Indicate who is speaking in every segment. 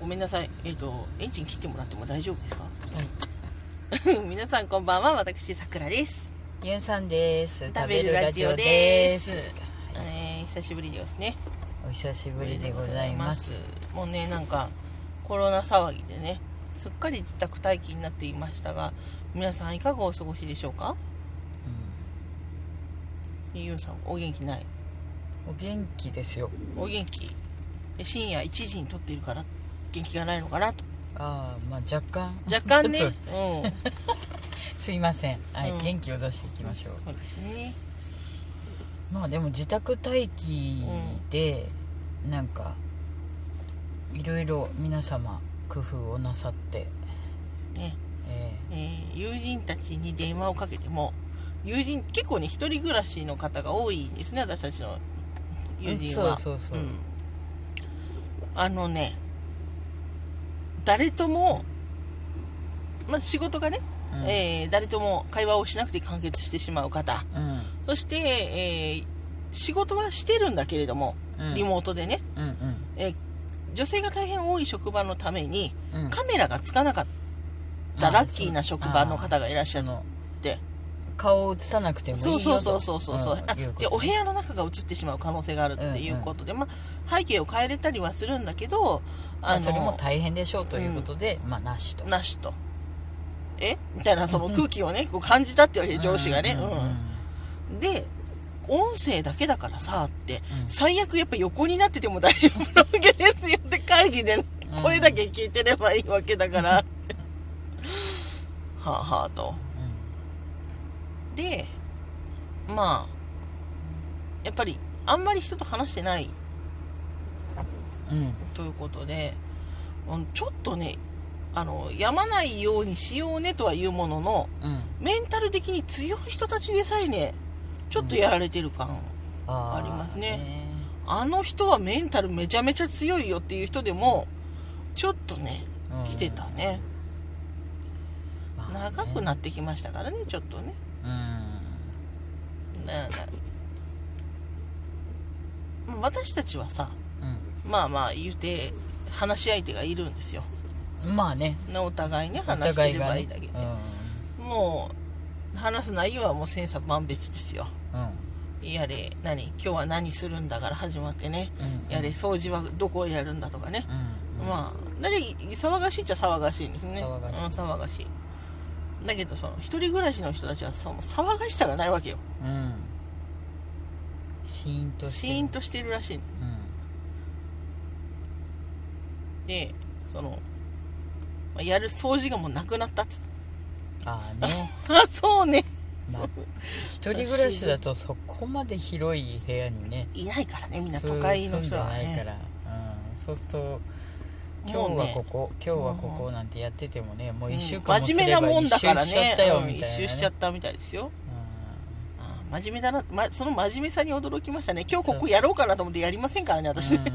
Speaker 1: ごめんなさい。えっ、と、エンジン切ってもらっても大丈夫ですか 皆さんこんばんは。私、さくらです。
Speaker 2: ゆんさんです。
Speaker 1: 食べるラジオです
Speaker 2: 食べるラジオです
Speaker 1: えー、久しぶりですね。
Speaker 2: お久しぶりでございます。。
Speaker 1: もうね、なんか、コロナ騒ぎでね、すっかり自宅待機になっていましたが、皆さんいかがお過ごしでしょうかゆうさん、お元気ない
Speaker 2: うんお元気ですよ。
Speaker 1: お元気え深夜1時に撮っているから、元気がないのかなと。
Speaker 2: ああ、まあ若干。
Speaker 1: 若干ね、
Speaker 2: ち
Speaker 1: う
Speaker 2: ょっ
Speaker 1: ん
Speaker 2: と。すいません。はい、
Speaker 1: うん
Speaker 2: 元気を出していきましょう。
Speaker 1: そうですね。
Speaker 2: まあでも自宅待機で、なんかいろいろ皆様工夫をなさって、
Speaker 1: ね
Speaker 2: え
Speaker 1: えー友人たちに電話をかけても友人結構ね一人暮らしの方が多いんですね私たちの友人は、
Speaker 2: うんそうそうそう
Speaker 1: あのね誰とも、まあ、仕事がね、
Speaker 2: ーうん
Speaker 1: えー誰とも会話をしなくて完結してしまう方
Speaker 2: うん
Speaker 1: そして、えー仕事はしてるんだけれども
Speaker 2: うん
Speaker 1: リモートでね、
Speaker 2: うん
Speaker 1: えー女性が大変多い職場のために
Speaker 2: うんうん
Speaker 1: カメラがつかなかったラッキーな職場の方がいらっしゃ
Speaker 2: あ
Speaker 1: っ
Speaker 2: の
Speaker 1: て
Speaker 2: 顔を映さなくてもいい
Speaker 1: そ
Speaker 2: よ
Speaker 1: う
Speaker 2: と
Speaker 1: そうそうそうそうそう、
Speaker 2: ん
Speaker 1: あ
Speaker 2: いうこと
Speaker 1: でお部屋の中が映ってしまう可能性があるっていうことで、まあ、背景を変えれたりはするんだけど
Speaker 2: ま
Speaker 1: あ
Speaker 2: あそれ
Speaker 1: の
Speaker 2: も大変でしょうということで、まあなしと
Speaker 1: なしとえみたいなその空気をねこう感じたってわけ上司がね、
Speaker 2: う
Speaker 1: うんん
Speaker 2: うんうん
Speaker 1: で音声だけだからさって、
Speaker 2: うん
Speaker 1: 最悪やっぱ横になってても大丈夫なわけですよって会議でね、
Speaker 2: うん
Speaker 1: 声だけ聞いてればいいわけだからはあはあと。でまあやっぱりあんまり人と話してない
Speaker 2: うんうん
Speaker 1: ということでうんちょっとねあの病まないようにしようねとは言うものの
Speaker 2: うん
Speaker 1: メンタル的に強い人たちでさえねちょっとやられてる感、
Speaker 2: あー
Speaker 1: ありますねあの人はメンタルめちゃめちゃ強いよっていう人でもちょっとね
Speaker 2: うん
Speaker 1: 来てたね
Speaker 2: まあね
Speaker 1: 長くなってきましたからねちょっとね
Speaker 2: うん
Speaker 1: なんか 私たちはさ
Speaker 2: う
Speaker 1: まあまあ言うて話し相手がいるんですよ
Speaker 2: んまあね
Speaker 1: お互いね
Speaker 2: お
Speaker 1: 話し
Speaker 2: 互
Speaker 1: てれ
Speaker 2: いが
Speaker 1: ば
Speaker 2: ね
Speaker 1: いいだけで、もう話す内容はもう千差万別ですよ
Speaker 2: うんうん
Speaker 1: やれ何今日は何するんだから始まってね
Speaker 2: うん
Speaker 1: やれ掃除はどこをやるんだとかね、
Speaker 2: うん
Speaker 1: まあだけど騒がしいっちゃ騒がしいんですね
Speaker 2: 騒がしい
Speaker 1: うん、騒がしいだけどその一人暮らしの人たちはその騒がしさがないわけよ
Speaker 2: うんシーンとして
Speaker 1: シ
Speaker 2: る
Speaker 1: ーンとしてるらしい
Speaker 2: うん
Speaker 1: でそのまあやる掃除がもうなくなったっつって
Speaker 2: ああね
Speaker 1: あそうね、
Speaker 2: まあ
Speaker 1: そう
Speaker 2: 一人暮らしだとそこまで広い部屋にね
Speaker 1: いないからねみんな都会の人は
Speaker 2: そう住んでない
Speaker 1: ね
Speaker 2: から、うん、そうすると今
Speaker 1: もう
Speaker 2: 日
Speaker 1: ね
Speaker 2: はここ、今日はここなんてやっててもねもう一週間もす
Speaker 1: 真
Speaker 2: れば
Speaker 1: 面目なもんだから
Speaker 2: 一周しちゃ
Speaker 1: ね
Speaker 2: ったよ
Speaker 1: うん
Speaker 2: みたいな、ね
Speaker 1: 一周しちゃったみたいですよあー真面目だな、ま、その真面目さに驚きましたね今日ここやろうかなと思ってやりませんからね私
Speaker 2: う
Speaker 1: ね、
Speaker 2: ん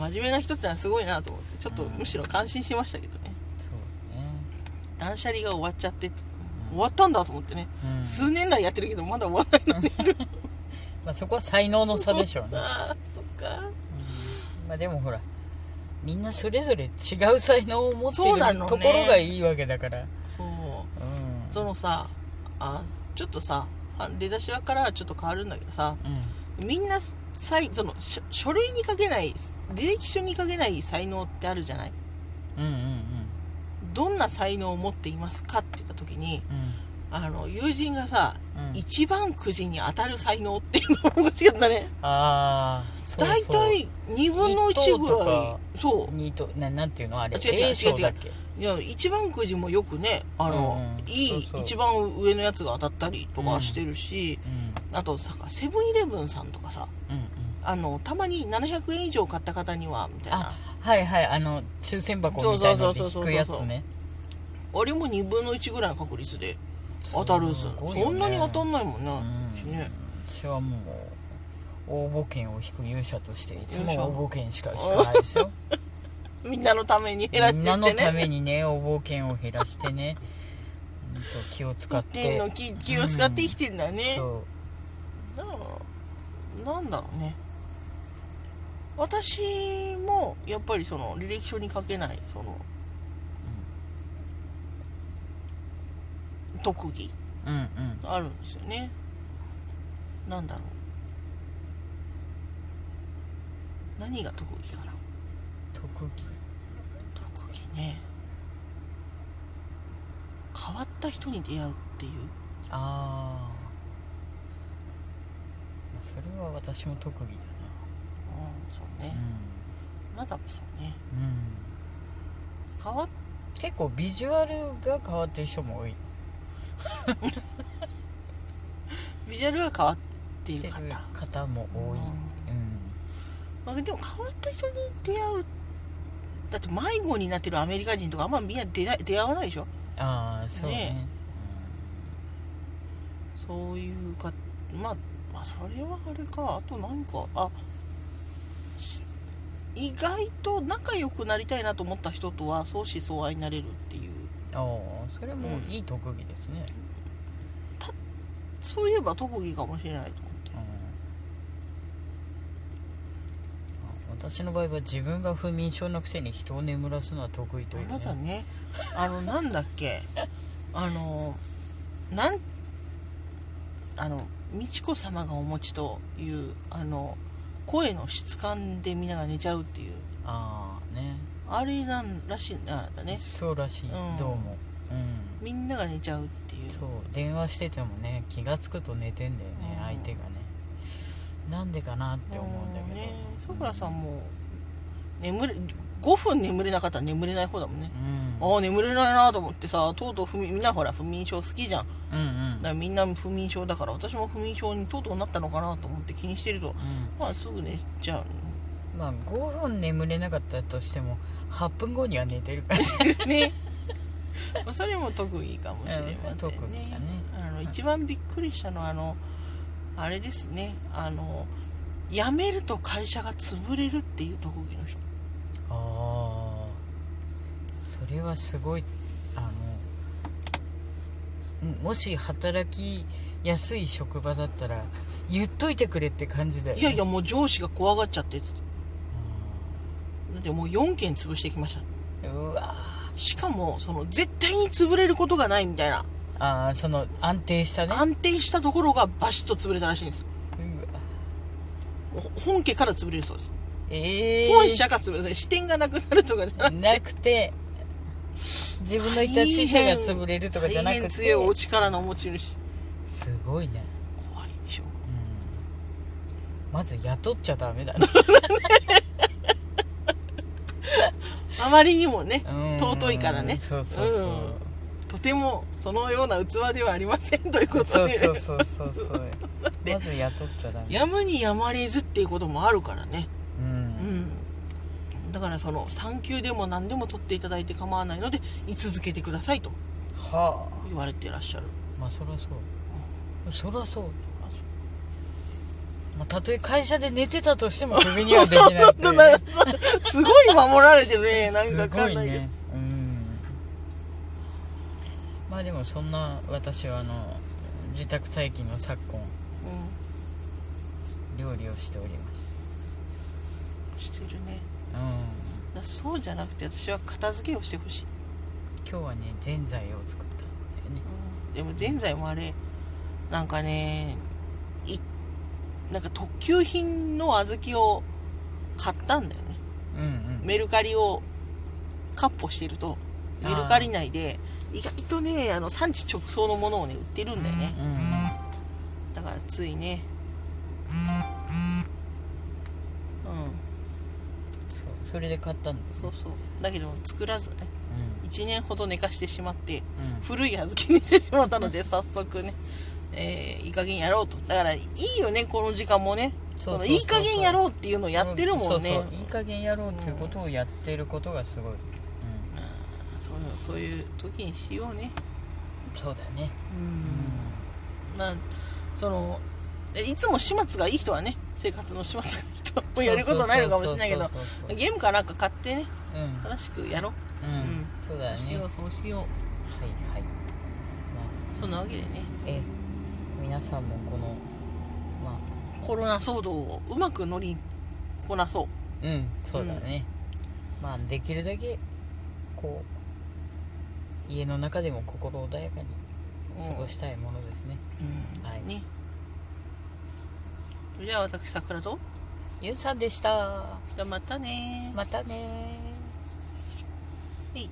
Speaker 1: 真面目な人ってのはすごいなと思ってちょっと
Speaker 2: うん
Speaker 1: むしろ感心しましたけどね
Speaker 2: そうね
Speaker 1: 断捨離が終わっちゃって終わったんだと思ってね、
Speaker 2: うん
Speaker 1: 数年来やってるけどまだ終わらないのね
Speaker 2: まあ、そこは才能の差でしょうね、
Speaker 1: あーそっか
Speaker 2: まあ、でもほらみんなそれぞれ違う才能を持って
Speaker 1: そうな
Speaker 2: る
Speaker 1: のね
Speaker 2: ところがいいわけだから
Speaker 1: そう
Speaker 2: うん
Speaker 1: そのさあちょっとさあ出だしはからちょっと変わるんだけどさみんなさいその書書類に書けない履歴書に書けない才能ってあるじゃない
Speaker 2: うんうんうん
Speaker 1: どんな才能を持っていますかって言った時に
Speaker 2: う
Speaker 1: あの友人がさ、
Speaker 2: んうんうん
Speaker 1: 一番くじに当たる才能っていうのが違ったね
Speaker 2: ああ
Speaker 1: 大体2分の1ぐらいそ
Speaker 2: ニートななんていうのあれ
Speaker 1: 違う違う
Speaker 2: A 賞だっけ
Speaker 1: ういや一番くじもよくねあの、
Speaker 2: うんうん
Speaker 1: いい
Speaker 2: そうそう
Speaker 1: 一番上のやつが当たったりとかしてるし、あとさセブンイレブンさんとかさ
Speaker 2: うんうんうん
Speaker 1: あのたまに700円以上買った方にはみたいな
Speaker 2: あはいはいあの抽選箱みたいなので引くやつね
Speaker 1: あれも2分の1ぐらいの確率で当たるんですよ
Speaker 2: すごいよね
Speaker 1: そんなに当たんないもんな、
Speaker 2: うん
Speaker 1: うちね
Speaker 2: 私はもう応募券を引く勇者としていつも応募券しか引かないですよ
Speaker 1: みんなのために 減らし
Speaker 2: み
Speaker 1: て
Speaker 2: んな
Speaker 1: っ
Speaker 2: の
Speaker 1: て
Speaker 2: た
Speaker 1: ね
Speaker 2: めにね応募券を減らしてねほんと気を使っ
Speaker 1: ってい
Speaker 2: て
Speaker 1: うの気気を使って生きてんだよね、
Speaker 2: そう
Speaker 1: だからなんだろうね私もやっぱりその履歴書に書けないその、特技
Speaker 2: うんうん
Speaker 1: あるんですよねなんだろう何が特技かな
Speaker 2: 特技
Speaker 1: 特技ね変わった人に出会うっていう
Speaker 2: ああそれは私も特技だ
Speaker 1: うんそう
Speaker 2: な
Speaker 1: ね、まだそうね
Speaker 2: うん、うん、
Speaker 1: 変わっ
Speaker 2: 結構ビジュアルが変わってる人も多い
Speaker 1: ビジュアルが変わってい
Speaker 2: て
Speaker 1: る
Speaker 2: る
Speaker 1: 方
Speaker 2: 方も多いうん
Speaker 1: まあ、でも変わった人に出会うだって迷子になってるアメリカ人とかあんまみんな出ない出会わないでしょ
Speaker 2: ああそうね
Speaker 1: ねそういうかまあまあそれはあれかあと何かあし意外と仲良くなりたいなと思った人とは相思相愛になれるっていう
Speaker 2: うん、ああそれもいい特技ですね、
Speaker 1: そういえば特技かもしれないと思って
Speaker 2: うんあ私の場合は自分が不眠症のくせに人を眠らすのは得意という
Speaker 1: あなた
Speaker 2: ね
Speaker 1: ねあのなんだっけあのなんあの美智子様がお持ちというあの声の質感でみんなが寝ちゃうっていう
Speaker 2: ああね
Speaker 1: あれなんらしいんだね
Speaker 2: そうらしい、
Speaker 1: うん
Speaker 2: どうもうん
Speaker 1: みんなが寝ちゃうっていう
Speaker 2: そう電話しててもね気が付くと寝てんだよね、
Speaker 1: うん
Speaker 2: 相手がねなんでかなって思うんだけど
Speaker 1: ねさくらさんも眠れ5分眠れなかったら眠れない方だもんね
Speaker 2: う、ん
Speaker 1: ああ眠れないなと思ってさとうとう不眠みんなほら不眠症好きじゃん
Speaker 2: うんうん
Speaker 1: だからみんな不眠症だから私も不眠症にとうとうなったのかなと思って気にしてると
Speaker 2: う
Speaker 1: まあすぐ寝ちゃう
Speaker 2: んまあ5分眠れなかったとしても8分後には寝てるか ら
Speaker 1: ねまあそれも特技かもしれませ
Speaker 2: うん
Speaker 1: ん
Speaker 2: それ特技だ
Speaker 1: ね
Speaker 2: ね
Speaker 1: あの一番びっくりしたのはあのあれですねあの辞めると会社が潰れるっていう特技の人
Speaker 2: ああそれはすごいあのもし働きやすい職場だったら言っといてくれって感じだよね
Speaker 1: いやいやもう上司が怖がっちゃってっつってだってもう4件潰してきました
Speaker 2: うんうわ
Speaker 1: しかもその絶対に潰れることがないみたいな
Speaker 2: ーああその安定したね
Speaker 1: 安定したところがバシッと潰れたらしいんですよ
Speaker 2: うわ
Speaker 1: もう本家から潰れるそうです
Speaker 2: ええ
Speaker 1: 本社が潰れる視点がなくなるとかじゃなくて
Speaker 2: なくて自分のいた支社が潰れるとかじゃな
Speaker 1: 大
Speaker 2: く
Speaker 1: 変強いお
Speaker 2: て
Speaker 1: 力のお持ち主
Speaker 2: すごいね、
Speaker 1: 怖いでしょ
Speaker 2: うん、まず雇っちゃダメだ ね
Speaker 1: あまりにもね
Speaker 2: うん
Speaker 1: 尊いからね
Speaker 2: そうそうそう、
Speaker 1: んとてもそのような器ではありませんということ
Speaker 2: そう
Speaker 1: で
Speaker 2: そうそうそうそう
Speaker 1: で
Speaker 2: まず雇っちゃダメ
Speaker 1: やむにやまれずっていうこともあるからね
Speaker 2: う
Speaker 1: うんんだからその産休でも何でも取っていただいて構わないので居続けてくださいと
Speaker 2: はあ
Speaker 1: 言われてらっしゃる
Speaker 2: まあそりゃそうそりゃそう、まあ、たとえ会社で寝てたとしてもクビにはできないっていうね
Speaker 1: すごい守られてるね なんかわかんないけど
Speaker 2: ねうんまあでもそんな私はあの自宅待機の昨今料理をしております
Speaker 1: うんしてるね
Speaker 2: うん
Speaker 1: そうじゃなくて私は片付けをしてほしい、
Speaker 2: 今日はねぜんざいを作ったんだよね
Speaker 1: でもぜんざいもあれなんかねいなんか特級品の小豆を買ったんだよね
Speaker 2: うんうん
Speaker 1: メルカリをカッポしてると
Speaker 2: あ
Speaker 1: メ
Speaker 2: ー
Speaker 1: ルカリ内で意外とねあの産地直送のものをね売ってるんだよね
Speaker 2: うんうん
Speaker 1: だからついねうん
Speaker 2: そうそれで買ったんです
Speaker 1: そうそうだけど作らずね
Speaker 2: う
Speaker 1: 1年ほど寝かしてしまって
Speaker 2: んうん
Speaker 1: 古い小豆にしてしまったので早速ね、えーいい加減やろうとだからいいよねこの時間もね
Speaker 2: そうそうそうそう
Speaker 1: このいい加減やろうっていうのをやってるもんね
Speaker 2: そうそういい加減やろうっていうことをやってることがすごい、うん
Speaker 1: そうそういう時にしようね
Speaker 2: そうだね
Speaker 1: まあそのえいつも始末がいい人はね生活の始末がいい人はもうやることないのかもしれないけど
Speaker 2: そうそうそうそう
Speaker 1: ゲームかなんか買ってね
Speaker 2: うん、うん
Speaker 1: 楽しくやろううん
Speaker 2: そうだね
Speaker 1: しようそうしよう
Speaker 2: はいはい、ま
Speaker 1: そんなわけでね
Speaker 2: あ、え皆さんもこのま
Speaker 1: コロナ騒動をうまく乗りこなそう
Speaker 2: あうんそうだね、まあできるだけこう家の中でも心穏やかに過ごしたいものですね、
Speaker 1: うん
Speaker 2: はい
Speaker 1: ねそれでは私桜と
Speaker 2: ゆうさんでした
Speaker 1: じゃあまたね
Speaker 2: またね
Speaker 1: はい